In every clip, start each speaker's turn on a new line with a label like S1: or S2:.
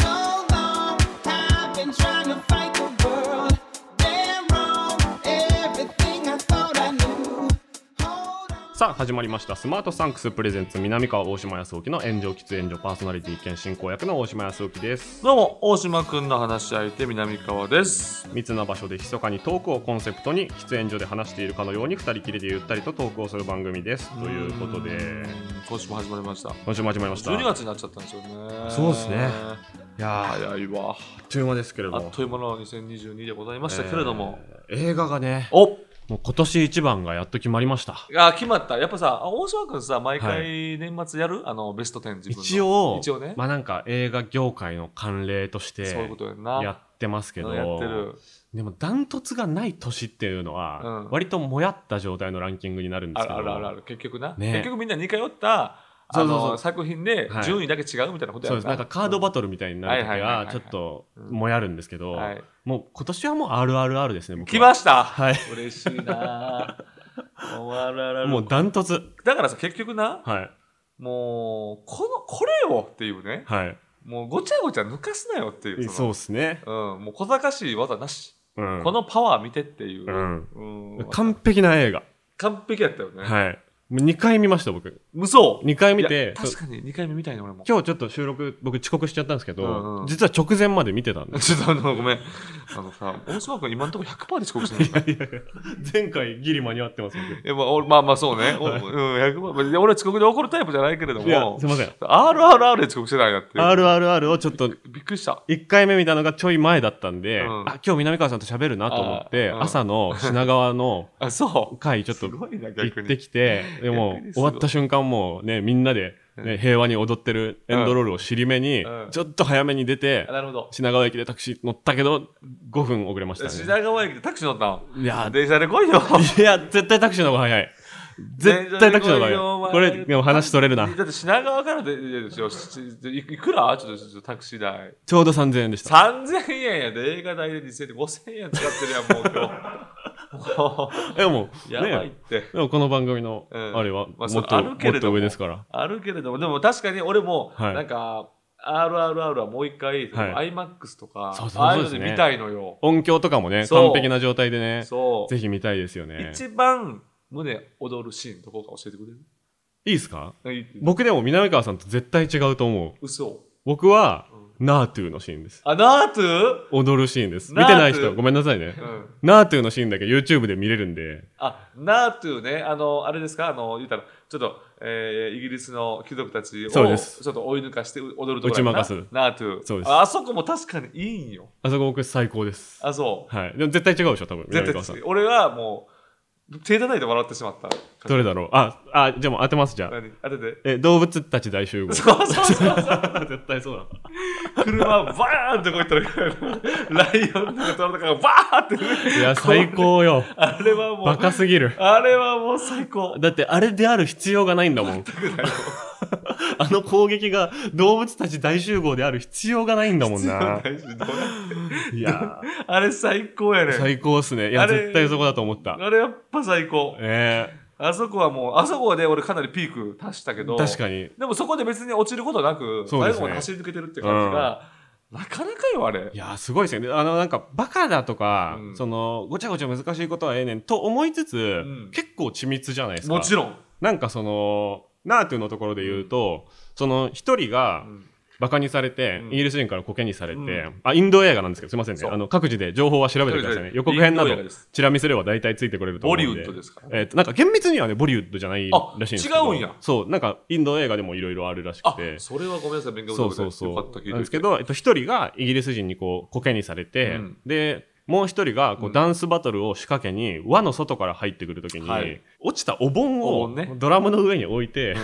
S1: So long, I've been trying to fight the world. Damn wrong, everything I thought I knew. Hold on.
S2: さあ始まりましたスマートサンクスプレゼンツ南川大島康沖の炎上喫煙所パーソナリティ兼進行役の大島康沖です
S3: どうも、大島くんの話し相手、南川です。
S2: 密な場所で密かにトークをコンセプトに喫煙所で話しているかのように二人きりでゆったりとトークをする番組ですということで
S3: うーん、今週も始まりました。
S2: 今週も始まりました
S3: 12月になっちゃったんですよね。
S2: そうですねいやーあっ
S3: 早いわ。
S2: という間ですけれど
S3: あ
S2: も
S3: っという間の2022でございましたけれども。
S2: えー映画がね
S3: お
S2: もう今年一番がやっと決まりました
S3: あ決まった。やっぱさ、あ大島くんさ、毎
S2: は
S3: 回年末やる、あの、ベスト10自分の。
S2: 一応
S3: 一応ね。
S2: まあなんか映画業界の慣例とし
S3: そういう
S2: て
S3: ことやんな。
S2: やってますけど
S3: やってる。
S2: でもダントツがない年っていうのは、
S3: うん
S2: 割ともやった状態のランキングになるんで
S3: あ
S2: すけ
S3: る
S2: ど
S3: あるあるある。結局な。
S2: ね
S3: 結局みんな似通った、あ
S2: そうそうそ
S3: の、
S2: う
S3: 作品で
S2: はい
S3: 順位だけ違うみたいなこと
S2: そうで
S3: や
S2: すなんかカードバトルみたいになる時
S3: はいはいはい
S2: は
S3: はい
S2: ちょっともやるんですけど、
S3: はい
S2: もう今年はもう RRR ですね僕は
S3: 来ました、
S2: はい
S3: 嬉しいなぁおわららら
S2: もうダントツ
S3: だからさ結局な
S2: はい
S3: もうこのこれをっていうね
S2: はい
S3: もうごちゃごちゃ抜かすなよっていう
S2: そう
S3: う、
S2: ですね、
S3: うん、もう小賢しい技なし、
S2: うん、
S3: このパワー見てっていう、
S2: ん
S3: うん
S2: 完璧な映画
S3: 完璧やったよね、
S2: はいもう2回見ました僕
S3: 無双
S2: 2回見
S3: いや
S2: て
S3: 確かに2回目見たいね俺も
S2: 今日ちょっと収録僕遅刻しちゃったんですけど、
S3: うんうん
S2: 実は直前まで見てたんです
S3: ちょっとあのごめんあのさ大島君今のところ100%で遅刻してる
S2: いやいや前回ギリ間に合ってます僕
S3: いやまあ、おまあまあそうね、おうん、100%いや俺は遅刻で怒るタイプじゃないけれど
S2: いや
S3: も
S2: すいません
S3: RRR で遅刻してないなっていう
S2: RRR をちょっと
S3: びっくりした
S2: 1回目見たのがちょい前だったんで、
S3: うん
S2: あ今日南川さんと喋るなと思って、
S3: あーうん
S2: 朝の品川の
S3: あそう
S2: 会ちょっと
S3: すごいな
S2: 行
S3: 逆
S2: っ
S3: に
S2: てきてでも
S3: 逆にす
S2: 終
S3: ご
S2: わ
S3: い
S2: った瞬間もうねみんなで、ね平和に踊ってるエンドロールを尻目に、
S3: うん
S2: ちょっと早めに出て、
S3: あなるほど
S2: 品川駅でタクシー乗ったけど5分遅れましたね
S3: 品川駅でタクシー乗ったの
S2: いや
S3: 電車で来いよ
S2: いや絶対タクシーの方が早い絶対タクシーの方が早いこれでも話取れるな
S3: だって品川からででしょしいいくらちょっとちょっとタクシー代
S2: ちょうど3000円でした
S3: 3000円やで映画代で2000円で5000円使ってるやんもう
S2: で
S3: 今日も
S2: も
S3: うやばいっ
S2: ね
S3: て
S2: でもこの番組の
S3: うん
S2: あれはも
S3: まあ
S2: っ
S3: そう
S2: と,、
S3: あるけ
S2: も
S3: れ
S2: っ
S3: ど
S2: と
S3: も
S2: 上ですから
S3: あるけれどもでも確かに俺も
S2: はい
S3: なんか RRR はもう一回
S2: は
S3: iMAX とか
S2: そうそう
S3: ああいう
S2: そうで
S3: の
S2: す
S3: で
S2: ね
S3: 見たいのよ
S2: 音響とかもね
S3: そう
S2: 完璧な状態でね
S3: そう
S2: ぜひ見たいですよね
S3: 一番胸躍るシーンどこか教えてくれる
S2: いいですか
S3: いい
S2: 僕でも南川さんと絶対違うと思う
S3: 嘘
S2: 僕は、ナートゥーのシーンです
S3: あナートゥ
S2: 踊るシーンです見
S3: ナート
S2: て
S3: ゥ
S2: ない人ごめんなさいね、
S3: うん
S2: ナートゥーのシーンだけ YouTube で見れるんで
S3: あナートゥねあのあれですかあの言ったらちょっと、えー、イギリスの貴族たちをち
S2: そう
S3: ょ
S2: で
S3: っ
S2: す
S3: と追い抜かして踊るところやな
S2: 打ち負かす
S3: ナートゥ
S2: そうです
S3: ああそこも確かにいいんよ
S2: あそこ僕最高です
S3: あそう
S2: はいでも絶対違うでしょ多分南
S3: 絶
S2: 川さん
S3: 対俺はもう手叩いて笑ってしまった
S2: どれだろうああじゃあもう当てますじゃあ
S3: 何あれで
S2: え動物たち大集合
S3: そうそうそう
S2: 絶対そうだ
S3: 車バーンってこういったらライオンとかトラとかがバーンってね
S2: いや最高よ
S3: あれはも
S2: バ
S3: う
S2: カすぎる
S3: あれはもう最高
S2: だってあれである必要がないんだもん あの攻撃が動物たち大集合である必要がないんだもんないや
S3: あれ最高やね
S2: ー最高っすねいや
S3: あれ
S2: 絶対そこだと思った
S3: あれやっぱ最高
S2: え
S3: あそこはもうあそこはね俺かなりピーク達したけ
S2: え
S3: ど
S2: 確かに
S3: でもそこで別に落ちることなく
S2: そう
S3: 最
S2: ですね
S3: 後まで走り抜けてるって感じが、なかなかよあれ
S2: いやーすごいですよねあのなんかバカだとか、
S3: うん
S2: そのごちゃごちゃ難しいことはええねんと思いつつ、
S3: ん
S2: 結構緻密じゃないですか
S3: もちろん、
S2: なんかそのナートゥのところで言うと、その一人が
S3: うん
S2: バカにされて、
S3: うん
S2: イギリス人からコケにされて、
S3: うん
S2: あインド映画なんですけどすいませんね
S3: そう
S2: あの各自で情報は調べてくださいね
S3: そう
S2: 予告編な
S3: インド
S2: ど
S3: 映画です
S2: チラ見すれば大体ついてくれると思
S3: ボ
S2: うんで
S3: リウッドですから
S2: えっとなんか厳密にはねボリウッドじゃないらしいんですけど
S3: あ違うんや
S2: そうなんかインド映画でもいろいろあるらしく
S3: あ
S2: て
S3: それはごめんなさい勉強不
S2: そう
S3: 足で
S2: そうそう
S3: よかった聞いて
S2: なんですけど、えっと、一人がイギリス人にこうコケにされて、
S3: うん
S2: でもう一人がこ
S3: う
S2: うんダンスバトルを仕掛けに輪の外から入ってくるときに、
S3: はい
S2: 落ちたお盆
S3: お
S2: を
S3: 盆ね
S2: ドラムの上に置いて、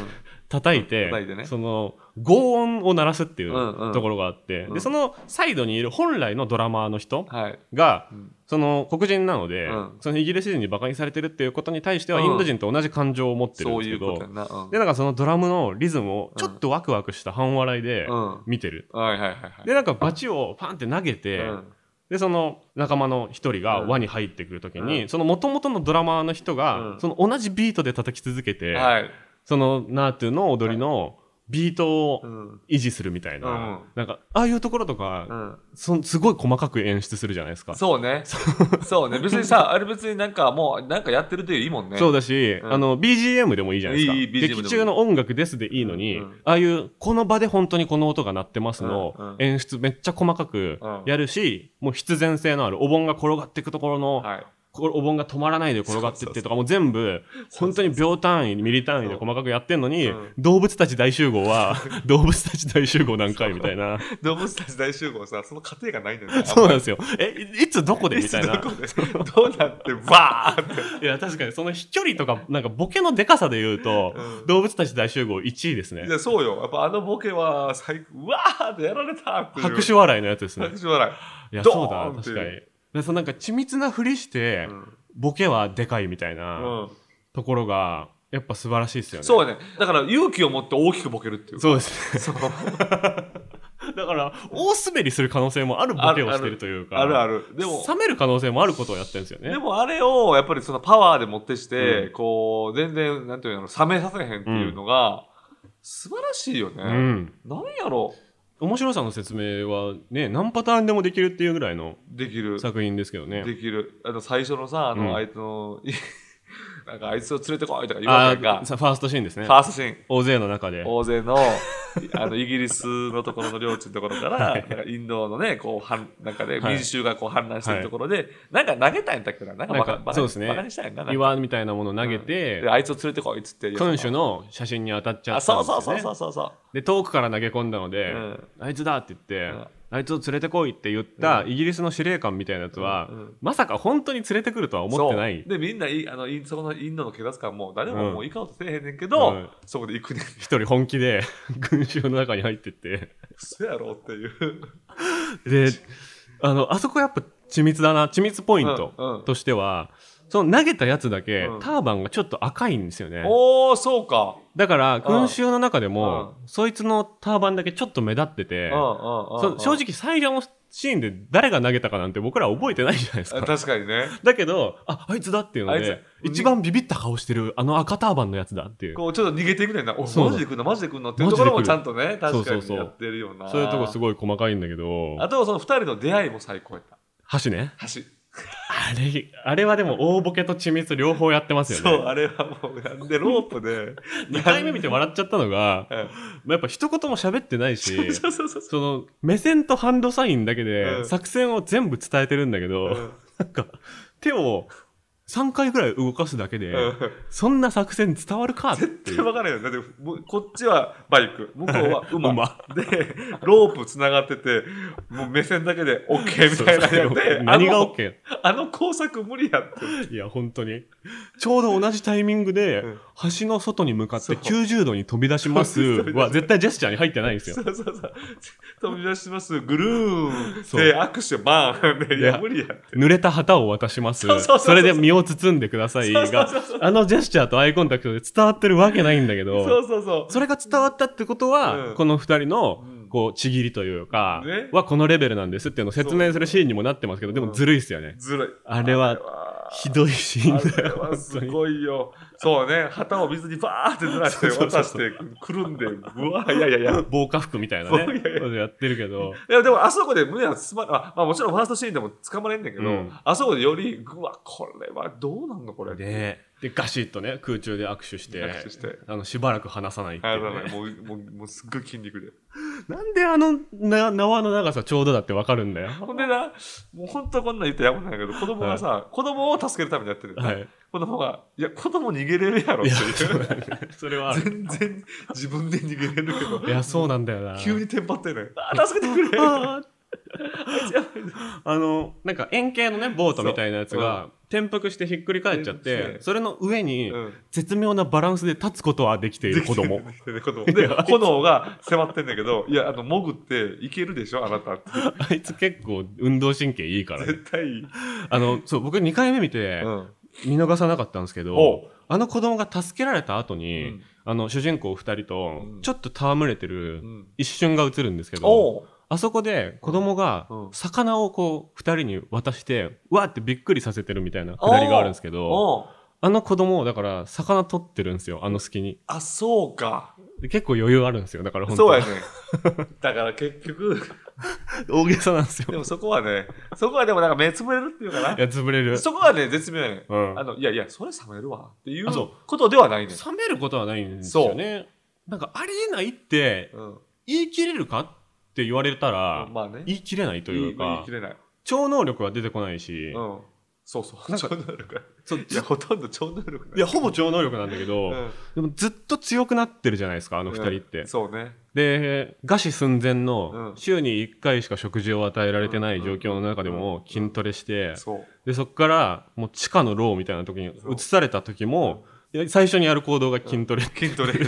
S2: 叩いて,、
S3: 叩いてね
S2: その轟音を鳴らすってい
S3: んうん
S2: うところがあって、
S3: うん
S2: でそのサイドにいる本来のドラマーの人
S3: はい。
S2: が、
S3: うん
S2: その黒人なので、
S3: うん
S2: そのイギリス人にバカにされてるっていうことに対しては、
S3: うん
S2: インド人と同じ感情を持ってるん
S3: そう
S2: です
S3: い
S2: け
S3: うこ
S2: ど
S3: とやんな。うん。
S2: でなんかそのドラムのリズムをちょっとワクワクした半笑いで
S3: うん。
S2: 見てる、
S3: はいはいはいはい。
S2: でなんかバチをパンって投げて、
S3: うん
S2: でその仲間の一人が
S3: うん
S2: 輪に入ってくるときに、
S3: うん
S2: その元々のドラマーの人が、
S3: うん
S2: その同じビートで叩き続けて、
S3: はい。
S2: そのナートゥの踊りのビートを
S3: うん。
S2: 維持するみたいな、
S3: うん
S2: なんかああいうところと
S3: う
S2: か、
S3: ん。
S2: そすごい細かく演出するじゃないですか。
S3: そうね。 そうね。別にさ、あれ別になんかもう、なんかやってるというよりいいもんね。
S2: そう
S3: だ。
S2: だし、
S3: うん
S2: あの BGM でもいいじゃないですか
S3: いいいい BGM でもいい
S2: 劇中の音楽ですでいいのに、
S3: うんうん
S2: ああいうこの場で本当にこの音が鳴ってますの、
S3: うんうん
S2: 演出めっちゃ細かくやるし、もう必然性のあるお盆が転がっていくところの、
S3: はい。
S2: こお盆が止まらないで転がってってとかもう全部本当に秒単位ミリ単位で細かくやってんのに、
S3: うん
S2: 動物たち大集合 は動物たち大集合何回みたいな
S3: 動物たち大集合さ、その過程がないんだよ ね。
S2: そうなんですよえいいつどこで
S3: い
S2: み
S3: つ
S2: たい
S3: ど
S2: な
S3: こでどうなってバーンって
S2: いや確かにその飛距離とかなんかボケのでかさで言うと、
S3: うん
S2: 動物たち大集合1位ですね
S3: いやそうよやっぱあのボケは最高うわーってやられたっていう
S2: 拍手笑いのやつですね
S3: 拍手笑
S2: いや
S3: ドーン
S2: そうだ
S3: って
S2: 確かにでそのなんか緻密なふりして、
S3: い、う
S2: ボケはでかいみたいなん
S3: うん
S2: ところがやっぱ素晴らしいですよね
S3: そうねだから勇気を持って大きくボケるっていう
S2: そうですね
S3: そう
S2: だから大滑りする可能性もあるボケをしてるというか
S3: あるあるでも
S2: 冷める可能性もあることをやってるんですよね
S3: でもあれをやっぱりそのパワーで持ってして、
S2: うん
S3: こう全然なんていうの冷めさせへんっていうのが、素晴らしいよね、
S2: うん
S3: なんやろ
S2: 面白さの説明はね何パターンでもできるっていうぐらいの
S3: できる
S2: 作品ですけどね
S3: できるあの最初のさあ
S2: うん
S3: のあいつの、 なんかあいつを連れてこいとか言うわ
S2: あ
S3: けやん
S2: あ
S3: か
S2: さファーストシーンですね
S3: ファーストシーン
S2: 大勢の中で
S3: 大勢のあのイギリスのところの領地のところから、なんかインドのねこうはんなんかね、
S2: はい
S3: 民衆がこう反乱してるところで、なんか投げたんやったっけななんかバカ
S2: なんか
S3: バカ
S2: そうですね
S3: バカにしたんやんななんか
S2: 岩みたいなものを投げ
S3: で
S2: て
S3: あいつを連れてこいっつって
S2: 君主の写真に当たっちゃ
S3: あ
S2: ったん
S3: そう
S2: ですよ
S3: そうそう
S2: ね
S3: そうそうそう
S2: で遠くから投げ込んだので
S3: うん
S2: あいつだって言って
S3: うん
S2: あいつを連れてこいって言ったイギリスの司令官みたいなやつは
S3: うんうん
S2: まさか本当に連れてくるとは思ってない
S3: そうでみんないあのインそこのインドの警察官も誰
S2: う
S3: も
S2: ん
S3: もういい顔せえへんねんけど、
S2: うん
S3: そこで行くねん
S2: 一人本気で 群衆の中に入ってって
S3: 嘘やろっていう
S2: であのあそこやっぱ緻密だな緻密ポイント
S3: うんうん
S2: としては、その投げたやつだけ、
S3: うん
S2: ターバンがちょっと赤いんですよね
S3: おおそうか
S2: だから群衆の中でも、そいつのターバンだけちょっと目立ってて、
S3: うんうんうんう
S2: そ
S3: ん
S2: 正直最初のシーンで誰が投げたかなんて僕ら覚えてないじゃないです
S3: あ
S2: か
S3: 確かにね
S2: だけどああいつだっていうの
S3: あい
S2: で
S3: つ
S2: 一番ビビった顔してるあの赤ターバンのやつだっていう
S3: こうちょっと逃げていくねんな、お
S2: そう
S3: マジで来るの、マジで来るのっていうところもちゃんとね、
S2: マジで来る
S3: 確か
S2: そうそうそ
S3: に
S2: う
S3: やってるよな。
S2: そういうとこす
S3: ごい。
S2: ごい細かいんだけど
S3: あとはその2人の出会いも最高やった。
S2: 箸ね
S3: 橋。
S2: あれあれはでも大ボケと緻密両方やってますよね
S3: そう、 あれはもう、なんでロープ で。
S2: 2回目見て笑っちゃったのが、
S3: うん
S2: まあやっぱ一言も喋ってないし、
S3: そうそうそうそ
S2: その目線とハンドサインだけ
S3: う
S2: で
S3: ん
S2: 作戦を全部伝えてるんだけど、
S3: う。
S2: なんか手を3回ぐらい動かすだけで、
S3: うん
S2: そんな作戦伝わるかって
S3: 絶
S2: い
S3: 対
S2: う。
S3: 分からへんよ。だってもう、こっちはバイク、向こう は馬。
S2: 馬
S3: で、ロープ繋がってて、もう目線だけで OK みたいなの
S2: そ
S3: や
S2: うそう
S3: って、
S2: 何が
S3: あの
S2: OK?
S3: あの工作無理やって。
S2: いや本当にちょうど同じタイミングで
S3: うん
S2: 橋の外に向かって
S3: そう
S2: 90度に飛び出しますは絶対ジェスチャーに入ってないんですよ
S3: そうそうそう。飛び出します、グルー
S2: そ
S3: ン。
S2: う
S3: で、握手、バーン。でい
S2: いや
S3: や、無理やって。
S2: 濡れた旗を渡します
S3: そうそうそうそう
S2: それで身を包んでくださいが
S3: そうそうそう
S2: あのジェスチャーとアイコンタクトで伝わってるわけないんだけど
S3: そうそうそう。
S2: それが伝わったってことは、
S3: うん
S2: この2人の
S3: うん
S2: こうちぎりというか、
S3: ね
S2: はこのレベルなんですっていうのを説明するシーンにもなってますけどでもずるいっすよね、
S3: ずるい。
S2: あれはひどいシーン
S3: あ
S2: だ
S3: れ
S2: よ
S3: は
S2: 本
S3: す
S2: 当に
S3: ごいよ。そうね、旗を水にバーってずらして
S2: そうそうそう
S3: 渡してくるんで、うわ、いやいやいや。
S2: 防火服みたいなね
S3: そういやいや
S2: ことやってるけど
S3: いやでもあそこで胸はつまらあまあもちろんファーストシーンでも掴まれんねんけど、
S2: うん
S3: あそこでよりうわこれはどうなんのこれ
S2: ででガシッとね空中で握手して
S3: 握手して
S2: あのしばらく離さないってい
S3: あ
S2: うね、
S3: のねもうもうもうすっごい筋肉で
S2: なんであのな縄の長さちょうどだってわかるんだよ
S3: ほんでなもう本当こんなん言ったらやばないけど子供がさ、子供を助けるためにやってるんだ、
S2: はい
S3: 子供がいや子供逃げれるやろっ
S2: い
S3: て
S2: や
S3: いう
S2: それはある
S3: 全然自分で逃げれるけど
S2: いやそうなんだよな。
S3: 急にテンパってねあ助けてくれ
S2: あーあのなんか円形のねボートみたいなやつが転覆してひっくり返っちゃっ
S3: 転覆してて
S2: それの上に
S3: うん
S2: 絶妙なバランスで立つことはできている子供
S3: で子供で炎が迫ってんだけどいやあの潜っていけるでしょあなたって
S2: あいつ結構運動神経いいからね
S3: 絶対いい、
S2: あのそう僕2回目見て
S3: うん
S2: 見逃さなかったんですけど
S3: お
S2: あの子供が助けられた後に、
S3: うん
S2: あの主人公2人と
S3: うん
S2: ちょっと戯れてる
S3: うん
S2: 一瞬が映るんですけど、
S3: おう
S2: あそこで子供が
S3: うん
S2: 魚をこう2人に渡してわーってびっくりさせてるみたいなくだりがあるんですけど
S3: おう
S2: あの子供をだから魚取ってるんですよあの隙に
S3: あそうか
S2: で結構余裕あるんですよだから本当
S3: そうや
S2: は
S3: ね だから結局
S2: 大げさなんです
S3: で
S2: よ
S3: もそこはねそこはでもなんか目つぶれるっていうかない
S2: や潰れる
S3: そこはね、絶妙やね、
S2: うん
S3: あの、いやいや、それ冷めるわっていう
S2: あそう
S3: ことではないねん。
S2: 冷めることはないんですよねなんかありえないって
S3: うん。
S2: 言い切れるかって言われたら
S3: まあね。
S2: 言い切れないと
S3: い
S2: いう
S3: 言い
S2: か
S3: 切れない。
S2: 超能力は出てこないし、
S3: うん。そうそう。
S2: なんか
S3: 超能力
S2: そう
S3: いや、ほとんど超能力
S2: いや、ほぼ超能力なんだけど、
S3: うん
S2: でもずっと強くなってるじゃないですか、あの二人って。
S3: うんそうね。
S2: で、餓死寸前の
S3: うん
S2: 週に1回しか食事を与えられてない状況の中で
S3: うん
S2: も筋トレして、
S3: そう。
S2: で、そこからもう地下の牢みたいな時に移された時も、いや最初にやる行動が筋トレ。
S3: 筋トレで。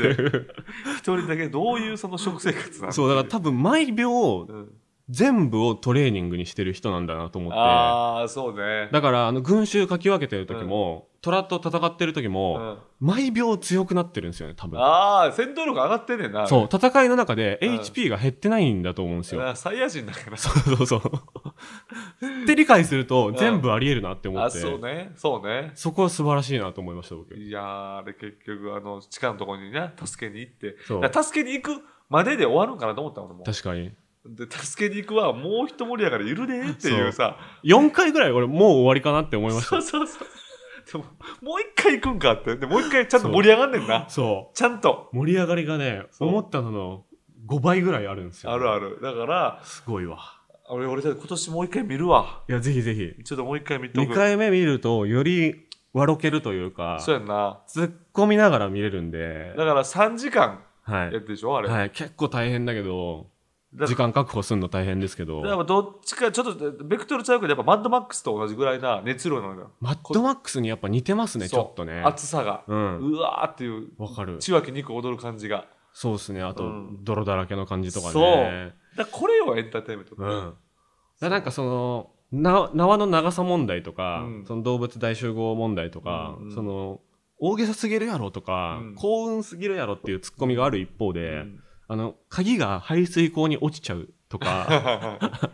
S3: 一人だけどういうその食生活なの
S2: そう、だから多分毎秒
S3: うん
S2: 全部をトレーニングにしてる人なんだなと思って。
S3: ああ、そうね。
S2: だから、あの、群衆かき分けてる時も、虎と戦ってる時
S3: う
S2: も、
S3: ん
S2: 毎秒強くなってるんですよね、多分。
S3: ああ、戦闘力上がってんねんな。
S2: そう、戦いの中で
S3: うん
S2: HP が減ってないんだと思うんですよ。
S3: なサイヤ人だから。
S2: そうそうそう。って理解すると
S3: ん
S2: 全部あり得るなって思
S3: あ、
S2: って、
S3: そうね。そうね。
S2: そこは素晴らしいなと思いました、僕。
S3: いやー、あれ結局、あの、地下のところにね、助けに行って、
S2: そう
S3: だから助けに行くまでで終わるんかなと思った俺も。
S2: 確かに。
S3: で、助けに行くは、もう一盛りやからいるでーっていうさ、
S2: 4回ぐらい俺もう終わりかなって思いまし
S3: そうそうそう。でも、もう一回行くんかって。で、もう一回ちゃんと盛り上がんねんな
S2: た。。そ
S3: ちゃんと。
S2: う。盛り上がりがね、
S3: そう
S2: 思ったのの5倍ぐらいあるんですよ。
S3: あるある。だから、
S2: すごいわ。
S3: 俺、俺、今年もう一回見るわ。
S2: いや、ぜひぜひ。
S3: ちょっともう一回見と
S2: 2
S3: く。
S2: 回目見ると、より笑けるというか、
S3: そうやんな。
S2: 突っ込みながら見れるんで
S3: だ、から3時間
S2: は
S3: やっ
S2: い。
S3: てでしょあれ。
S2: はい、結構大変だけど、
S3: だ
S2: 時間確保するの大変ですけど。
S3: だからどっちか、ちょっと、ベクトルちゃうけど、やっぱマッドマックスと同じぐらいな熱量なのよ。
S2: マッドマックスにやっぱ似てますね、ち
S3: そう
S2: ょっとね。
S3: 熱さが。
S2: うん。
S3: うわーっていう
S2: わかる。
S3: 血湧き肉踊る感じが
S2: そうですね。あと、
S3: うん
S2: 泥だらけの感じとか
S3: そう
S2: ね。
S3: だからこれよエンターテインメント、
S2: うん。だからなんかその、な縄の長さ問題とか、
S3: うん
S2: その動物大集合問題とか、
S3: うんうん
S2: その、大げさすぎるやろとか、
S3: うん
S2: 幸運すぎるやろっていうツッコミがある一方で、
S3: うん
S2: あの、鍵が排水溝に落ちちゃうと か、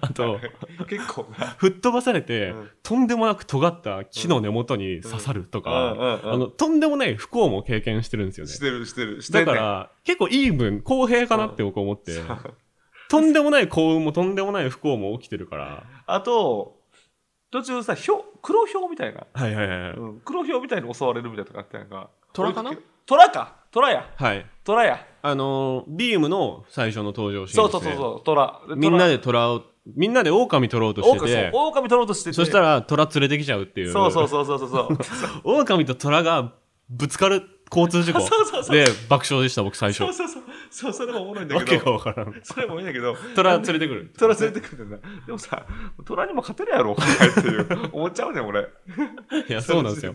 S2: あと、
S3: 結構な
S2: 吹っ飛ばされて、
S3: うん
S2: とんでもなく尖った木の根元に刺さるとか、
S3: うんうんうんうん
S2: あの、とんでもない不幸も経験してるんですよね
S3: し。てるしてるして
S2: だ
S3: ん
S2: か
S3: ねん
S2: ら、結構イーブン、公平かなって僕思って、とんでもない幸運もとんでもない不幸も起きてるから、
S3: あと途中さひょ黒ひょうみたいな、
S2: はいはいはい。
S3: うん黒ひょうみたいに襲われるみたいなとかあったやんか
S2: 虎かな
S3: 虎か虎や
S2: はい。
S3: 虎や
S2: あのービームの最初の登場シーンで
S3: そう
S2: す、ね。
S3: そうそうそう虎
S2: みんなで虎を、みんなで狼取ろうとして
S3: 狼
S2: て、
S3: そう狼取ろうとしてて
S2: そしたら虎連れてきちゃうっていう。
S3: そうそうそうそうそうそう
S2: 狼と虎がぶつかる交通事故
S3: そうそうそう
S2: で爆笑でした、僕最初。
S3: そ
S2: わ
S3: うそうそうそうそれもおもろいんだ
S2: け
S3: けど
S2: がわから ん。
S3: それもいいんだけど
S2: 虎連れてくる。
S3: 虎連れてくるんだよなでもさ虎にも勝てるやろお前っていう思っちゃうねん俺
S2: いや、そうなんですよ。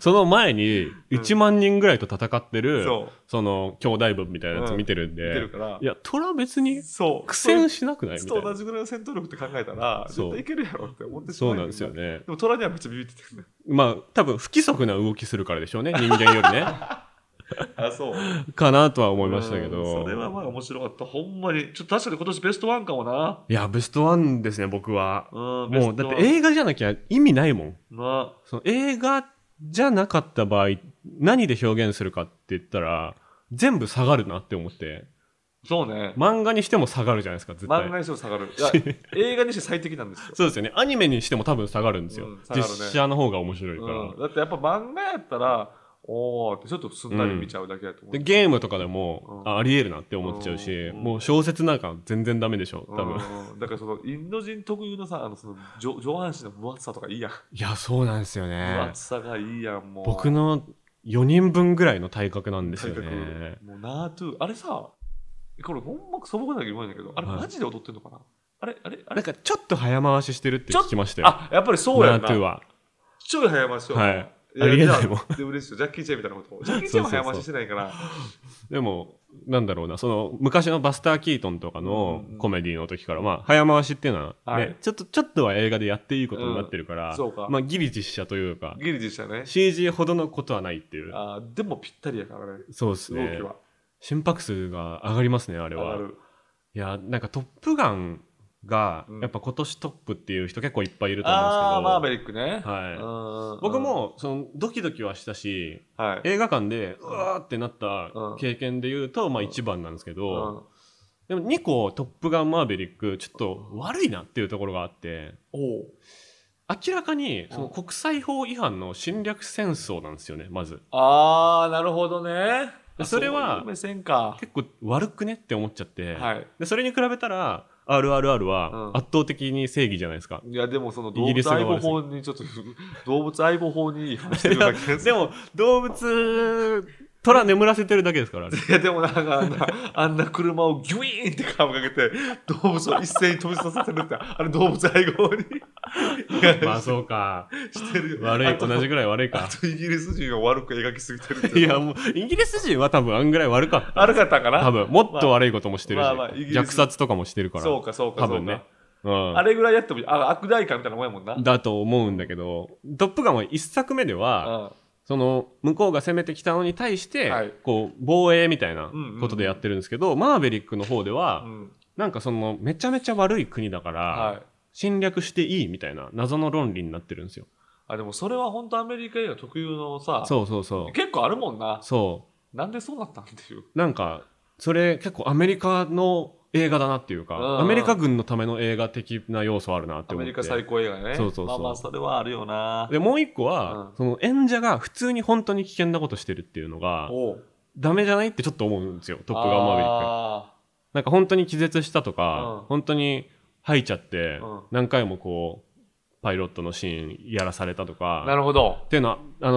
S2: その前に、1万人ぐらいと戦ってる、
S3: そ
S2: その、兄弟分みたいなやつ見てるんで、
S3: 見てるから
S2: いや、虎別に
S3: そう
S2: 苦戦
S3: し
S2: しなくないみた
S3: と
S2: い
S3: 同
S2: な。
S3: じぐらいの戦闘力って考えたら
S2: そう
S3: 絶対いけるやろって思ってしま
S2: そうなんですよね。
S3: でも虎にはめっちゃビビっててる
S2: まあ、多分不規則な動きするからでしょうね、人間よりね。
S3: あそう
S2: かなとは思いましたけ
S3: うん
S2: ど
S3: それ。はまあ面白かったほんまにちょっと確かに今年ベストワンかもない
S2: や、ベストワンですね、僕は。
S3: うんベスト
S2: も
S3: ワ
S2: う、だ
S3: ン
S2: って映画じゃなきゃ意味ないもん。
S3: な
S2: その映画じゃなかった場合、何で表現するかって言ったら、全部下がるなって思って。
S3: そうね
S2: 漫画にしても下がるじゃないですか、絶対。
S3: 漫画にしても下がるいや 映画にして最適なんですよ
S2: そうですよね。アニメにしても多分下がるんですよ。
S3: うん下がるね
S2: 実写の方が面白いから。
S3: うんだってやっぱ漫画やったらおおってちょっとすんなり見ちゃうだけやと思う
S2: でゲームとかでも、
S3: うん
S2: あありえるなって思っちゃうし、
S3: うん
S2: もう小説なんか全然ダメでしょ、多分。い
S3: うんだからそのインド人特有のさあのその上上半身の分厚さとかいいやん
S2: や、そうなんですよ
S3: 分
S2: ね。
S3: 厚さがいいやんもう
S2: 僕の4人分ぐらいの体格なんです
S3: 体
S2: よ
S3: 格
S2: ね。
S3: もうナートゥあれさこれほんま素朴なけど言わないんだけどあれ
S2: はい
S3: マジで踊ってんのかな、あれあれあ
S2: な
S3: れ
S2: んかちょっと早回ししてるって聞きましたよ。
S3: あ、やっぱりそうや
S2: ナ
S3: んな
S2: ートゥ。は。
S3: ちょい早回しよう。
S2: はい
S3: や
S2: ありえないもん
S3: じゃあで嬉しいよ。ジャッキー・チェンみたいなこと。ジャッキー・チェンも早回ししてないから。
S2: でも、なんだろうな、その昔のバスター・キートンとかのコメディの時から、まあ、早回しっていうのは、ね
S3: はい
S2: ちょっと、ちょっとは映画でやっていいことになってるから、
S3: うんそうか
S2: まあ、ギリ実写というか、
S3: ギリでしたね。
S2: CG ほどのことはないっていう。
S3: あーでもぴったりやからね。
S2: そうです
S3: 動
S2: ね
S3: き。は。
S2: 心拍数が上がりますね、あれ
S3: 上が
S2: は。
S3: る。
S2: いや、なんかトップガンが
S3: うん、
S2: やっぱ今年トップっていう人結構いっぱいいると思うんですけど、
S3: ああー、マーベリックね。
S2: はい
S3: い
S2: 僕、も、その、ドキドキはしたし、
S3: はい。
S2: 映画館で、うわーってなった経験で言うと、まあ
S3: うん
S2: 一番なんですけ
S3: う
S2: ど、
S3: ん
S2: でも2個「トップガンマーヴェリック」ちょっと悪いなっていうところがあって
S3: おう
S2: 明らかにその
S3: うん
S2: 国際法違反の侵略戦争なんですよねまず
S3: ああ、なるほどね。あ
S2: それは
S3: そういう目線か。
S2: 結構悪くねって思っちゃって、
S3: はい。
S2: でそれに比べたら「RRR」
S3: う
S2: は
S3: ん
S2: 圧倒的に正義じゃないですか、
S3: いや、でもその
S2: イ
S3: 動
S2: ギリス
S3: 物
S2: が
S3: 愛
S2: 悪い
S3: 護法にちょっと、 動物愛護法に違反してるだけ です。
S2: でも動物虎眠らせてるだけ ですからあれ
S3: いやでもなんかあんな あんな車をギュイーンってカムかけて動物を一斉に飛びさせてるってあれ動物愛護に
S2: まあそうか
S3: してるよ
S2: 悪
S3: あ
S2: い
S3: と
S2: 同じぐらい悪い
S3: あ
S2: か
S3: とイギリス人が悪く描きすぎてるって
S2: いやもうイギリス人は多分あんぐらい悪かった
S3: 悪かったんかな
S2: 多分もっと悪いこともしてるし、
S3: まあまあイギリス
S2: 虐殺とかもしてるから
S3: そうかそうか
S2: 多
S3: そう
S2: 分
S3: か、
S2: ねうん
S3: あれぐらいやってもあ悪代官みたいなもんやもんな
S2: だと思うんだけど「トップガン」は一作目ではその向こうが攻めてきたのに対して、
S3: はい
S2: こう防衛みたいな
S3: うんうん
S2: ことでやってるんですけど、マーベリックの方では、
S3: うん、うん
S2: なんかそのめちゃめちゃ悪い国だから、
S3: はい
S2: 侵略していいみたいな謎の論理になってるんですよ。
S3: あでもそれは本当アメリカ映画特有のさ
S2: そうそうそう
S3: 結構あるもんな
S2: そ
S3: なんでそうなったんっていう
S2: うなんかそれ結構アメリカの映画だなっていう
S3: うん
S2: かアメリカ軍のための映画的な要素あるなって
S3: ア
S2: 思っ
S3: メ
S2: て
S3: リカ最高映画ね
S2: そうそうそう
S3: まあまあそれはあるよな
S2: でもう一個は、
S3: うん
S2: その演者が普通に本当に危険なことしてるっていうのが
S3: おう
S2: ダメじゃないってちょっと思うんですよ、トップガンマーヴェリック。
S3: あ
S2: なんか本当に気絶したとか、
S3: うん
S2: 本当に吐いちゃって、
S3: うん
S2: 何回もこう、パイロットのシーンやらされたと
S3: ーな
S2: か、
S3: るほど
S2: っていうのは、あの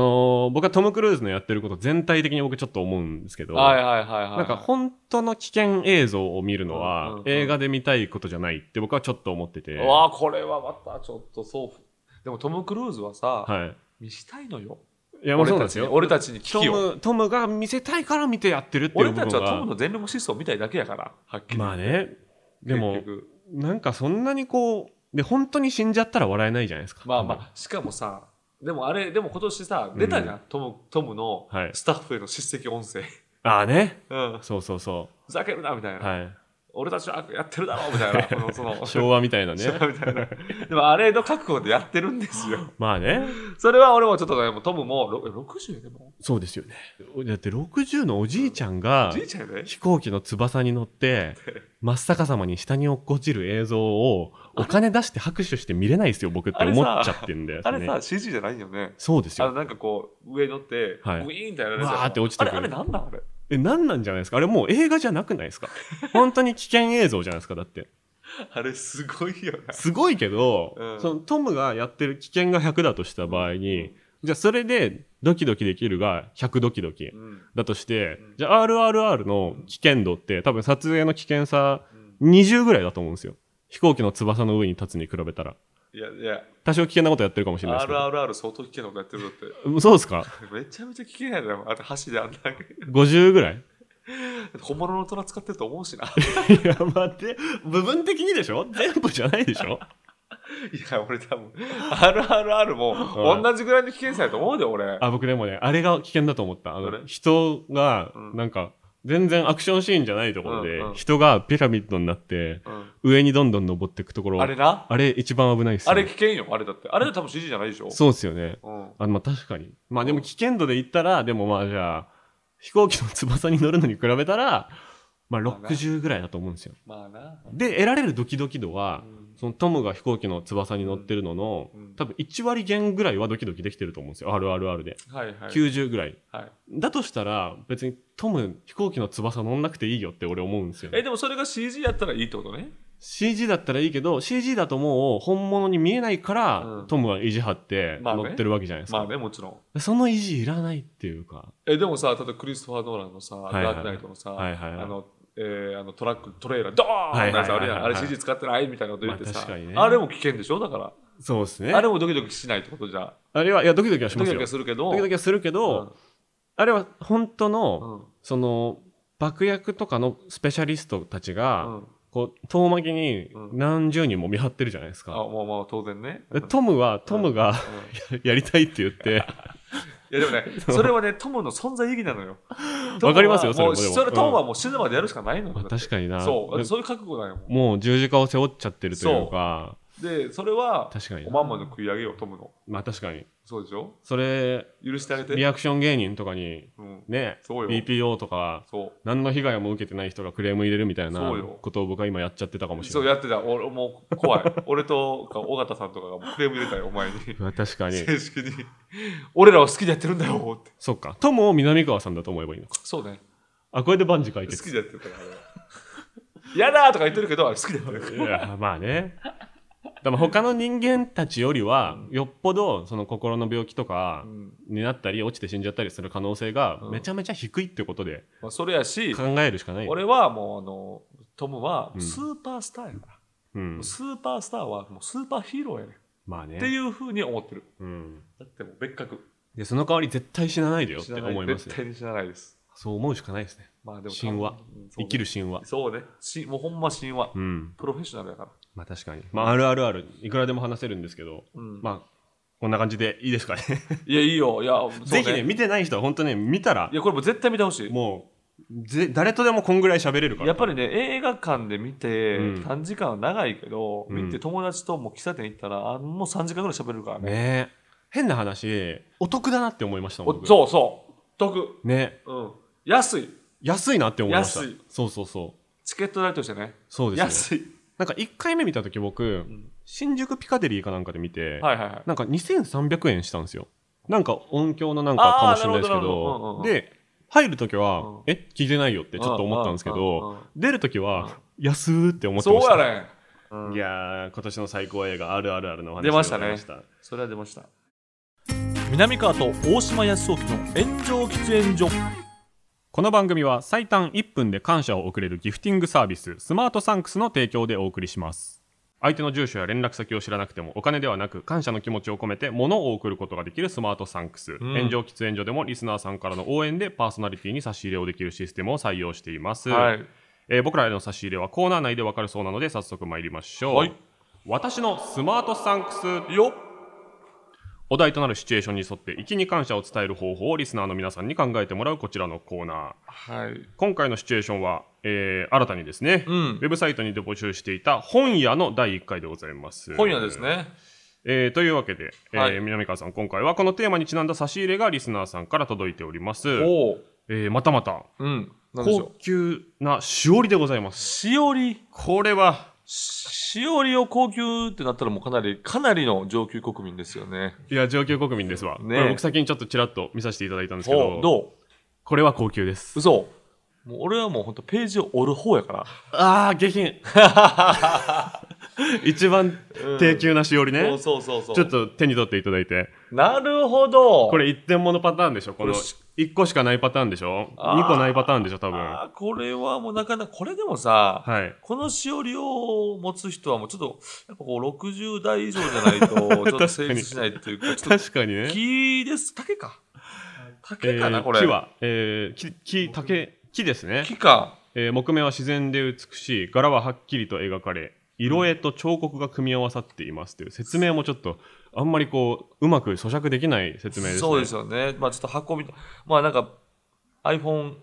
S2: ー僕はトム・クルーズのやってること全体的に僕ちょっと思うんですけど、
S3: はいはいはいはい。
S2: なんか本当の危険映像を見るのは、
S3: うんうんうん
S2: 映画で見たいことじゃないって僕はちょっと思ってて、
S3: うわあ、これはまたちょっとそう。でもトム・クルーズはさ、
S2: は
S3: 見したいのよ。
S2: い。いや、まあ
S3: 俺
S2: そうな
S3: た
S2: んで
S3: ち
S2: す
S3: に
S2: よ。
S3: 俺たちに危
S2: ト
S3: 機を。
S2: ム、トムが見せたいから見てやってるっていう
S3: 俺
S2: 部分
S3: た
S2: が
S3: ちはトムの全力疾走みたいだけやから、はっきり。
S2: まあね、で
S3: 結
S2: も、
S3: 局。
S2: なんかそんなにこう、で、本当に死んじゃったら笑えないじゃないですか。
S3: まあまあ、しかもさ、でもあれ、でも今年さ、出たじゃん、トムトムの
S2: はい
S3: スタッフへの叱責音声。
S2: あ。ああね。
S3: うん、
S2: そうそうそ
S3: ふざけるなみたいな、
S2: う。は い。
S3: 俺たちは悪やってるだろうみたいな、 このその
S2: 昭和みたい なね。
S3: みたいな。でもあれの覚悟でやってるんで すよ。
S2: まあね。
S3: それは俺もちょっとね、もうトムもろ60でも、
S2: そうですよね。だって60のおじいちゃん
S3: お
S2: が
S3: じいちゃんやで、
S2: 飛行機の翼に乗って、真っ逆さまに下に落っこちる映像をお金出して拍手して見れないですよ、僕って思っちゃってんだよ
S3: あれ
S2: ね。
S3: さ、CG じゃないよね。
S2: そうです
S3: あの
S2: よ。
S3: なんかこう、上に乗って、
S2: はい
S3: ウィーンってやられて、
S2: わーって落ちてくる
S3: あれ、あれなんだあれ。
S2: え、なんなんじゃないですかあれもう映画じゃなくない ですか本当に危険映像じゃないですかだって。
S3: あれ、すごいよな。
S2: すごいけど、
S3: うん
S2: そのトムがやってる危険が100だとした場合に、じゃあそれでドキドキできるが100ドキドキ
S3: うん。
S2: だとして、
S3: うん
S2: じゃあ RRR の危険度って多分撮影の危険さ
S3: うん
S2: 20ぐらいだと思うんですよ。飛行機の翼の上に立つに比べたら。
S3: いやいや、
S2: 多少危険なことやってるかもしれないですけ
S3: RRR 相当危険なことやってるのって、
S2: ど。そうですか
S3: めちゃめちゃ危険やで、あと箸であんな、
S2: 50ぐらい
S3: 本物の虎使ってると思うしな。い
S2: いや、待って、部分的にでしょ全部じゃないでしょ
S3: や、俺多分、RRR も
S2: うん
S3: 同じぐらいの危険さやと思うで、俺。
S2: あ、僕でもね、あれが危険だと思った。あ
S3: どれ
S2: の、人が
S3: う、ん
S2: なんか、全然アクションシーンじゃないところで
S3: うんうん、
S2: 人がピラミッドになって、
S3: うん
S2: 上にどんどん登っていくところ、
S3: あれな、
S2: あれ一番危ないですよ
S3: あ
S2: ね。
S3: れ危険よ、あれだって。あれ多分 CG じゃないでしょ。
S2: そうですよね。
S3: うん。
S2: あまあ確かに。まあでも危険度で言ったら、でもまあじゃあ、飛行機の翼に乗るのに比べたら、まあ60ぐらいだと思うんですよ。
S3: まあな。
S2: で、得られるドキドキ度
S3: う
S2: は、
S3: ん
S2: そのトムが飛行機の翼に乗ってるのの
S3: うんうん、
S2: 多分1割減ぐらいはドキドキできてると思うんですよ。RRR で。
S3: はいはい。
S2: 90ぐらい。
S3: はい、
S2: だとしたら、別にトム飛行機の翼乗んなくていいよって俺思うんですよね。
S3: え、でもそれが CG やったらいいってことね。
S2: CG だったらいいけど CG だともう本物に見えないから、
S3: うん
S2: トムは意地張って
S3: まあね
S2: 乗ってるわけじゃないですか、
S3: まあね、もちろん。
S2: その意地いらないっていうか
S3: えでもさ、例えばクリストファー・ノーランのさ、
S2: いはい
S3: ダークナイトのさ、
S2: はいはいはい
S3: あのえーあのトラックトレーラードーンのやつあるや
S2: はいはいはいは
S3: ん
S2: いは
S3: あ
S2: い
S3: れ CG 使ってないみたいなこと言って
S2: まあ
S3: さ、
S2: 確かにね
S3: あれも危険でしょだから
S2: そうですね
S3: あれもドキドキしないってことじゃ
S2: あれはいやドキドキはし
S3: ド
S2: ま
S3: キ
S2: す
S3: ド
S2: よ
S3: キ
S2: ド
S3: はするけど
S2: キドキはするけど、あれは本当の、その爆薬とかのスペシャリストたちが、
S3: うんうん
S2: こう遠巻きに
S3: うん
S2: 何十人も見張ってるじゃないですか、
S3: あもうまあ当然ね、
S2: でトムはトムが、
S3: うん
S2: やりたいって言って
S3: いやでもね、 それはね、トムの存在意義なのよ。
S2: わかりますよ
S3: トムは
S2: それもで
S3: もう
S2: も
S3: それトムはもう死ぬまでやるしかないのよ。
S2: まあ
S3: だって
S2: 確かにな
S3: そう、だっ
S2: で
S3: てそういう覚悟だよ。
S2: もう十字架を背負っちゃってるというか
S3: で、それは、
S2: 確かに
S3: お
S2: な
S3: まんまの食い上げよう、トムの。
S2: まあ確かに
S3: そうでしょ
S2: それ
S3: 許してあげて。
S2: リアクション芸人とかに
S3: うん、
S2: ね
S3: そうよ
S2: BPO とか
S3: そう。
S2: 何の被害も受けてない人がクレーム入れるみたいな
S3: そうよ
S2: ことを僕は今やっちゃってたかもし
S3: そ
S2: れ
S3: う
S2: ない
S3: やってた。俺もう怖い。俺とか尾形さんとかがもうクレーム入れたよ、お前 に。
S2: まあ確かに
S3: 正式に。俺らを好きでやってるんだよって。
S2: そっかトムを南川さんだと思えばいいのか
S3: そうね。
S2: あこれで万事解
S3: 好
S2: 決
S3: きでやってるから、あれは。嫌だとか言ってるけど、あれ好きでやってるから。
S2: いやまあねでも他の人間たちよりはよっぽどその心の病気とか
S3: うん
S2: になったり落ちて死んじゃったりする可能性が
S3: うん
S2: めちゃめちゃ低いってことで
S3: まあ、それやし、
S2: 考えるしかない、
S3: 俺はもうあのトムは
S2: うん
S3: スーパースターやから、
S2: うん
S3: もう、スーパースターはもうスーパーヒーローやねんっ
S2: まあね
S3: ていうふうに思ってる
S2: うん、
S3: だってもう別格
S2: でその代わり絶対死なないでよっ
S3: 知
S2: て
S3: らない
S2: 思います
S3: 絶
S2: よ
S3: 対に知らないです
S2: そう思うしかないですね
S3: まあでも
S2: 神話
S3: うんそうね
S2: 生きる神話
S3: そうねしもうほんま神話、
S2: うん
S3: プロフェッショナルやから、
S2: まあ確かに、まあ、あるあるあるいくらでも話せるんですけど
S3: うん
S2: まあこんな感じでいいですかね
S3: いやいいよいや
S2: ぜひね見てない人は本当ね見たら
S3: いやこれもう絶対見てほしい
S2: もうぜ誰とでもこんぐらい喋れるから
S3: やっぱりね映画館で見て、
S2: うん
S3: 短時間は長いけど、
S2: うん
S3: 見て友達ともう喫茶店行ったらあもう3時間ぐらい喋れるから
S2: ね
S3: ね
S2: え変な話お得だなって思いましたもん
S3: お
S2: 僕
S3: そうそう得
S2: ね
S3: うん安い
S2: 安いなって思いました
S3: 安い
S2: そうそうそう
S3: チケット代としてね
S2: そうですよ
S3: 安い
S2: なんか1回目見た時僕、
S3: ん
S2: 新宿ピカデリーかなんかで見て、
S3: はいはいはい
S2: なんか2300円したんですよなんか音響のなんかかもしれないですけど
S3: あーなるほどなるほどうんうんうん
S2: で入る時は、
S3: うん
S2: え聞いてないよってちょっと思ったんですけ
S3: うんうんう
S2: ど
S3: ん
S2: 出る時は、安ーって思って
S3: そ
S2: ま
S3: う
S2: した
S3: やねん、
S2: いやー今年の最高映画あるあるあるのお話
S3: 出ましたね
S2: でございました
S3: それは出ました南川と大島康雄の炎上喫煙所
S2: この番組は最短1分で感謝を送れるギフティングサービススマートサンクスの提供でお送りします相手の住所や連絡先を知らなくてもお金ではなく感謝の気持ちを込めて物を送ることができるスマートサンクス、
S3: ん
S2: 炎上喫煙所でもリスナーさんからの応援でパーソナリティに差し入れをできるシステムを採用しています、
S3: はい
S2: えー僕らへの差し入れはコーナー内でわかるそうなので早速参りましょう、
S3: はい
S2: 私のスマートサンクス
S3: よっ
S2: お題となるシチュエーションに沿って粋に感謝を伝える方法をリスナーの皆さんに考えてもらうこちらのコーナー
S3: はい
S2: 今回のシチュエーションは、えー新たにですね、
S3: うん
S2: ウェブサイトにて募集していた本屋の第1回でございます。
S3: 今夜です。ね
S2: えーというわけで、えー
S3: はい
S2: 南川さん、今回はこのテーマにちなんだ差し入れがリスナーさんから届いております。
S3: おお
S2: えーまたまた
S3: うんなんでしょ
S2: 高級なしおりでございま
S3: う
S2: す。
S3: しおり
S2: これは、
S3: しおりを高級ってなったらもうかなりかなりの上級国民ですよね
S2: いや、上級国民ですわ。
S3: ねえ
S2: これ僕先にちょっとちらっと見させていただいたんですけ
S3: お
S2: ど、
S3: うど
S2: これは高級です
S3: う。嘘もう俺はもう本当ページを折る方やから
S2: あー、下品。 一番低級なしおりね。
S3: そうそうそう
S2: ちょっと手に取っていただいて。
S3: なるほど
S2: これ一点物パターンでしょこの
S3: これし
S2: 1個しかないパターンでしょ
S3: あー
S2: ?2 個ないパターンでしょ多分。は
S3: あーこれはもうなかなかこれでもさ、
S2: い。
S3: このしおりを持つ人はもうちょっとやっぱこう60代以上じゃ ないとちょっと成立しないっていうかちょっ
S2: 確かに
S3: と
S2: ね。
S3: 木です竹か
S2: え
S3: 竹かな、こ
S2: ー
S3: れ
S2: 木は、えー木、木、竹、木ですね。
S3: 木か
S2: えー木目は自然で美しい、柄ははっきりと描かれ、色絵と彫刻が組み合わさっていますという説明もちょっと、あんまりこう、うまく咀嚼できない説明ですね。
S3: そうですよねまあちょっと箱みたいまあなんか iPhone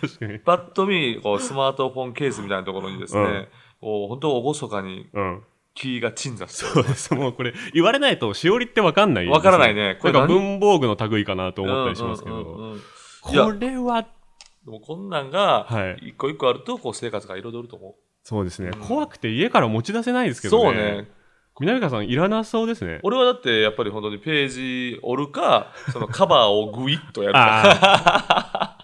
S2: 確かに。
S3: パッと見こうスマートフォンケースみたいなところにですね、
S2: うん
S3: こう本当厳かに
S2: うん。
S3: 木が鎮座してる
S2: そうです。もうこれ、言われないと、しおりってわかんないですよ。
S3: わからないねこ
S2: な
S3: れ
S2: んか
S3: 何
S2: 文房具の類かなと思ったりしますけ
S3: うんうんうん
S2: ど。
S3: うんいや
S2: これは
S3: でもこんなんが
S2: はい
S3: 一個一個あるとこう生活が彩ると思う、
S2: そうですね、
S3: うん
S2: 怖くて家から持ち出せないですけどね。
S3: そうね
S2: 南川さん、いらなそうですね。
S3: 俺はだってやっぱり本当にページ折るかそのカバーをグイッとやるか
S2: ああ。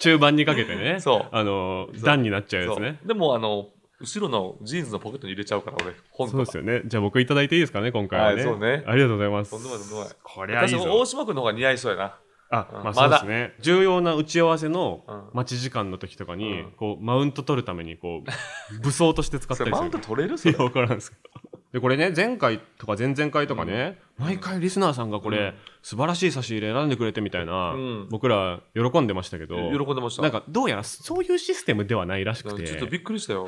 S2: 中盤にかけてね。
S3: そう
S2: あの
S3: そ、う
S2: 段になっちゃうや
S3: そ
S2: つ
S3: う
S2: ね。
S3: でもあの後ろのジーンズのポケットに入れちゃうから俺本
S2: そう
S3: と
S2: ですよね。じゃあ僕いただいていいですかね、今回はね。
S3: はいそうね
S2: ありがとうございます
S3: とんでもないとんでもない。
S2: これはいい
S3: 私
S2: ぞ
S3: 大。島君の方が似合いそうやな
S2: あ、
S3: うん
S2: まあ
S3: ま
S2: そう
S3: だ
S2: ですね。重要な打ち合わせ
S3: う
S2: の
S3: ん
S2: 待ち時間の時とかに、
S3: うん
S2: こう、マウント取るために、こう、武装として使った
S3: そ
S2: り
S3: れ
S2: す
S3: マウ
S2: る
S3: ン。ト取れるそ
S2: い
S3: れ
S2: や、わからんですけど。で、これね、前回とか前々回とかね、毎回リスナーさんがこれ、
S3: うん
S2: 素晴らしい差し入れ選んでくれてみたいな、
S3: うん
S2: 僕ら喜んでましたけど、
S3: 喜んでました
S2: なんか、どうやらそういうシステムではないらし
S3: ち
S2: く
S3: ょ
S2: て、
S3: っとびっく りしたよ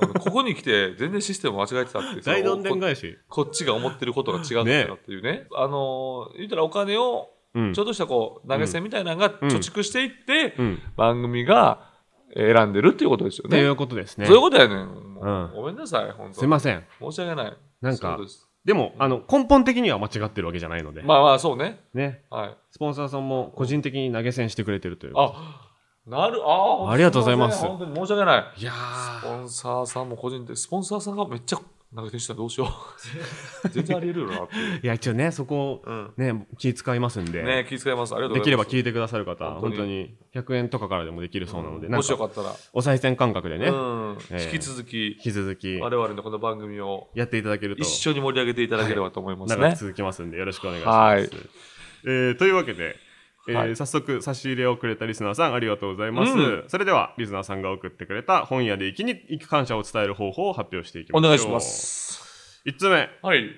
S3: あのここに来て全然システム間違えてたって
S2: 大どんでん
S3: こ
S2: 返し。
S3: こっちが思ってることが違うんだなっていうねあのー言ったらお金を
S2: うん
S3: ちょっとしたこう投げ銭みたいなのが
S2: うん
S3: 貯蓄していって、
S2: うん。
S3: 番組が選んでるっていうことですよ
S2: とい
S3: ね、
S2: うことですね。
S3: そういうことやねん、もう
S2: うん
S3: ごめんなさい本当
S2: すいません。
S3: 申し訳ない
S2: なん
S3: そう
S2: か
S3: です
S2: でも、あの、根本的には間違ってるわけじゃないので、
S3: まあまあそうね
S2: ね。
S3: はい
S2: スポンサーさんも個人的に投げ銭してくれてるという。
S3: あなるあー
S2: ありがとうございます
S3: せん本当に申し訳ない
S2: いや
S3: スポンサーさんも個人でスポンサーさんがめっちゃ投げてしたらどうしよう全然ありえるよなっていう
S2: ーいや、一応ね、そこ、
S3: うん
S2: ね、気使いますんで、
S3: ね気遣いますありがとう
S2: でき
S3: ござい
S2: れ
S3: ま
S2: ば
S3: す
S2: 聞いてくださる方、本
S3: 本
S2: 当
S3: 当
S2: に100円とかからでもできるそうなので、
S3: うん
S2: なん
S3: もしよ
S2: か
S3: かったら、
S2: お賽銭感覚でね、
S3: うん
S2: ええ
S3: 引き続き
S2: 引き続き
S3: 我々のこの番組を
S2: やっていただけると
S3: 一緒に盛り上げていただければと思いますね、
S2: 長く続きますんで、よろしくお願いし
S3: は
S2: ま
S3: い
S2: す。えーというわけで、えー
S3: はい
S2: 早速差し入れをくれたリスナーさんありがとうございます、
S3: うん
S2: それではリスナーさんが送ってくれた本屋で行きに行く感謝を伝える方法を発表していきま
S3: お
S2: しょう
S3: 願いします
S2: 1つ目、
S3: はい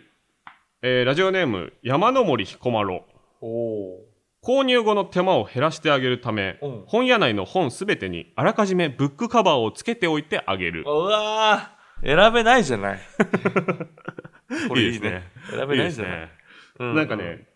S2: えーラジオネーム山の森彦摩呂
S3: おお
S2: 購入後の手間を減らしてあげるため、
S3: うん
S2: 本屋内の本すべてにあらかじめブックカバーをつけておいてあげる
S3: うわー選べないじ ゃないこれい
S2: いいで
S3: いね
S2: すね
S3: 選べないじゃない
S2: ね、
S3: う
S2: なんかね、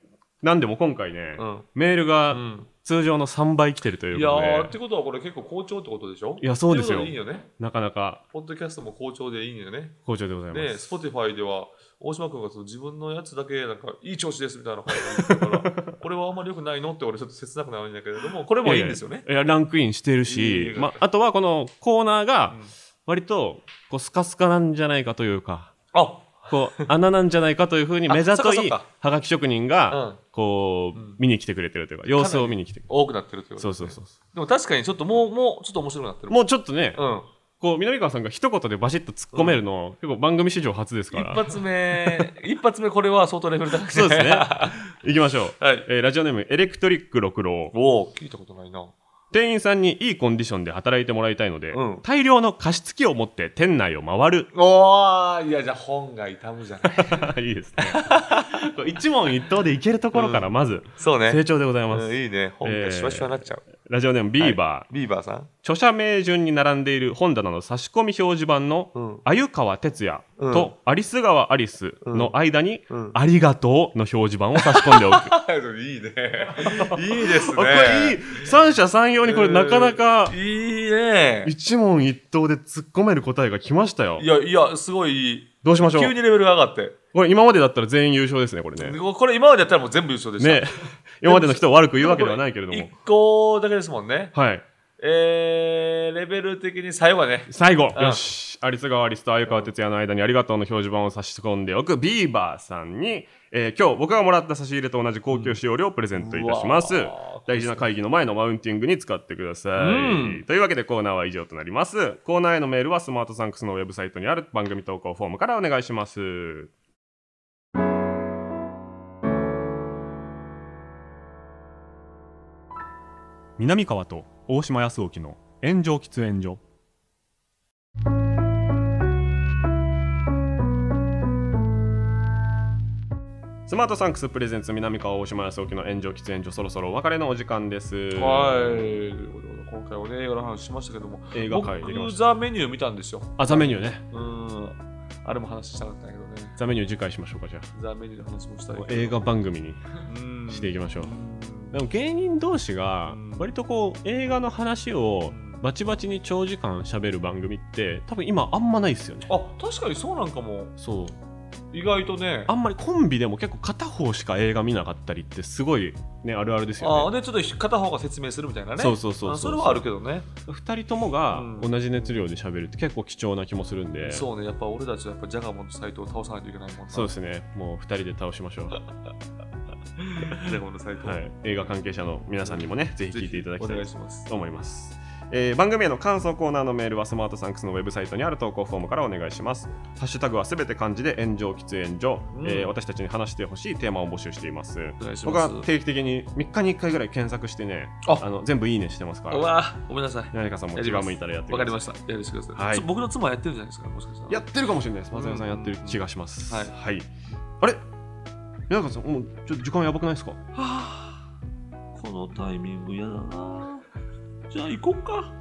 S2: なんでも今回ね、
S3: うん
S2: メール
S3: う
S2: が
S3: ん
S2: 通常の3倍来てるとい
S3: いうや
S2: ことで、
S3: ーってことはこれ結構好調ってことでしょ
S2: いやそうですよ
S3: ってこといいよね
S2: なかなか
S3: ポッドキャストも好調でいいんよね。
S2: 好調でございま
S3: で、
S2: す。
S3: Spotify では、大島君がその自分のやつだけ、なんか、いい調子ですみたいなこと言ってた から、これはあんまり良くないのって俺ちょっと切なくなるんだけれども、これもいいんですよね。
S2: いやいやランクインしてる
S3: いい
S2: し
S3: よ、
S2: まあとはこのコーナーが
S3: うん
S2: 割とこうスカスカなんじゃないかという か、
S3: あ、
S2: こう穴なんじゃないかというふうに目ざと
S3: あそっ
S2: い
S3: かそっか
S2: はがき職人が
S3: うん
S2: こう
S3: うん
S2: 見に来てくれてるというか、様子を見に来てくれて
S3: 多くなってるってこ
S2: る。
S3: と
S2: そう
S3: です
S2: そう
S3: ね
S2: そう。
S3: でも確かにちょっともう、もう、ちょっと面白くなってる。
S2: もうちょっとね、
S3: うん。
S2: こう南川さんが一言でバシッと突っ込めるの、結構番組史上初ですか
S3: 一
S2: ら。
S3: 発目、 一発目これは相当レベル高い、
S2: そうです ね。行きましょう。
S3: はい
S2: えーラジオネームエレクトリック六郎。
S3: おお聞いたことないな。
S2: 店員さんにいいコンディションで働いてもらいたいので、
S3: うん
S2: 大量の加湿器を持って店内を回る。
S3: おー、いや、じゃあ本が傷むじゃない。
S2: いいですね。こう一問一答でいけるところからまず
S3: そうね。
S2: 成長でございます。
S3: うん、いいね。本がシュワシュワになっちゃう。
S2: ラジオネームビーバー。
S3: ビーバ ーさん
S2: 著者名順に並んでいる本棚の差し込み表示板
S3: う
S2: の
S3: ん
S2: 「鮎川哲也」と「有栖川アリス」の間に
S3: うんうん
S2: 「ありがとう」の表示板を差し込んでおく。
S3: い いね。いいですね。
S2: あこれいい三者三様にこれなかなか
S3: えーいいね。
S2: 一問一答で突っ込める答えが来ましたよ
S3: いや、いや、すごいいい。
S2: どうしましょ
S3: 急
S2: う
S3: にレベルが上がって。
S2: これ今までだったら全員優勝ですねこれね
S3: これ今までやったらもう全部優勝でした。
S2: ね 今までの人を悪く言うわけではないけれども
S3: 1個だけですもんね。
S2: はい
S3: えー、レベル的に最後はね。
S2: 最後
S3: うん
S2: よし有栖川アリスと鮎川哲也の間に「ありがとう」の表示板を差し込んでおくビーバーさんに、えー今日僕がもらった差し入れと同じ高級使用料をプレゼントいたします
S3: うわー
S2: 大事な会議の前のマウンティングに使ってください、
S3: うん
S2: というわけでコーナーは以上となりますコーナーへのメールはスマートサンクスのウェブサイトにある番組投稿フォームからお願いします南川と大島康沖の炎上喫煙所スマートサンクスプレゼンツ南川大島康沖の炎上喫煙所そろそろお別れのお時間です
S3: はい。ということで今回はね、映画の話しましたけども、
S2: 映画界できま
S3: 僕、
S2: し
S3: ザ・メニュー見たんですよ。
S2: たあザメニューね
S3: うん。あれも話したかったんやけどね。
S2: ザメニュー次回しましょうかじゃあ
S3: ザ・メニューの話もしたいけど
S2: 映画番組に
S3: うん
S2: していきましょうでも芸人同士が
S3: うん
S2: 割とこう映画の話をバチバチに長時間しゃべる番組って多分今あんまないですよね
S3: あ、確かにそうなんかも。
S2: そう
S3: 意外とね。
S2: あんまりコンビでも結構片方しか映画見なかったりってすごいねあるあるです
S3: あ
S2: よ
S3: あ
S2: ね
S3: でちょっと片方が説明するみたいなね
S2: そうそうそうそう
S3: あそれはあるけどね
S2: 2人ともが
S3: うん
S2: 同じ熱量でしゃべるって結構貴重な気もするんで
S3: そうねやっぱ俺たちはやっぱジャガモンと斎藤を倒さないといけないもんな
S2: そうですねもう2人で倒しましょう、
S3: ジャガモンと斎藤
S2: はい、映画関係者の皆さんにもねぜひ聞いていただきた
S3: ぜひお
S2: い
S3: 願いします
S2: と思います。えー番組への感想コーナーのメールはスマートサンクスのウェブサイトにある投稿フォームからお願いしますハッシュタグはすべて漢字で炎上喫煙所、
S3: うん
S2: えー私たちに話してほしいテーマを募集しています
S3: お願いし
S2: 僕
S3: ま
S2: は
S3: す
S2: 定期的に3日に1回ぐらい検索してねあ
S3: あ
S2: の全部いいねしてますから
S3: うわーごめんなさい
S2: 何かさんも気が向いたらやってく
S3: わ
S2: だ
S3: か
S2: さ
S3: り
S2: い
S3: ましたやりしてください、
S2: はい
S3: つ僕の妻やってるんじゃないですかもしかしたら
S2: やってるかもしれないです松山さんやってる気がします、
S3: うんうん
S2: はい、あれ皆川さんもうちょっと時間やばくないですか
S3: はあこのタイミング嫌だなじゃあ行こっか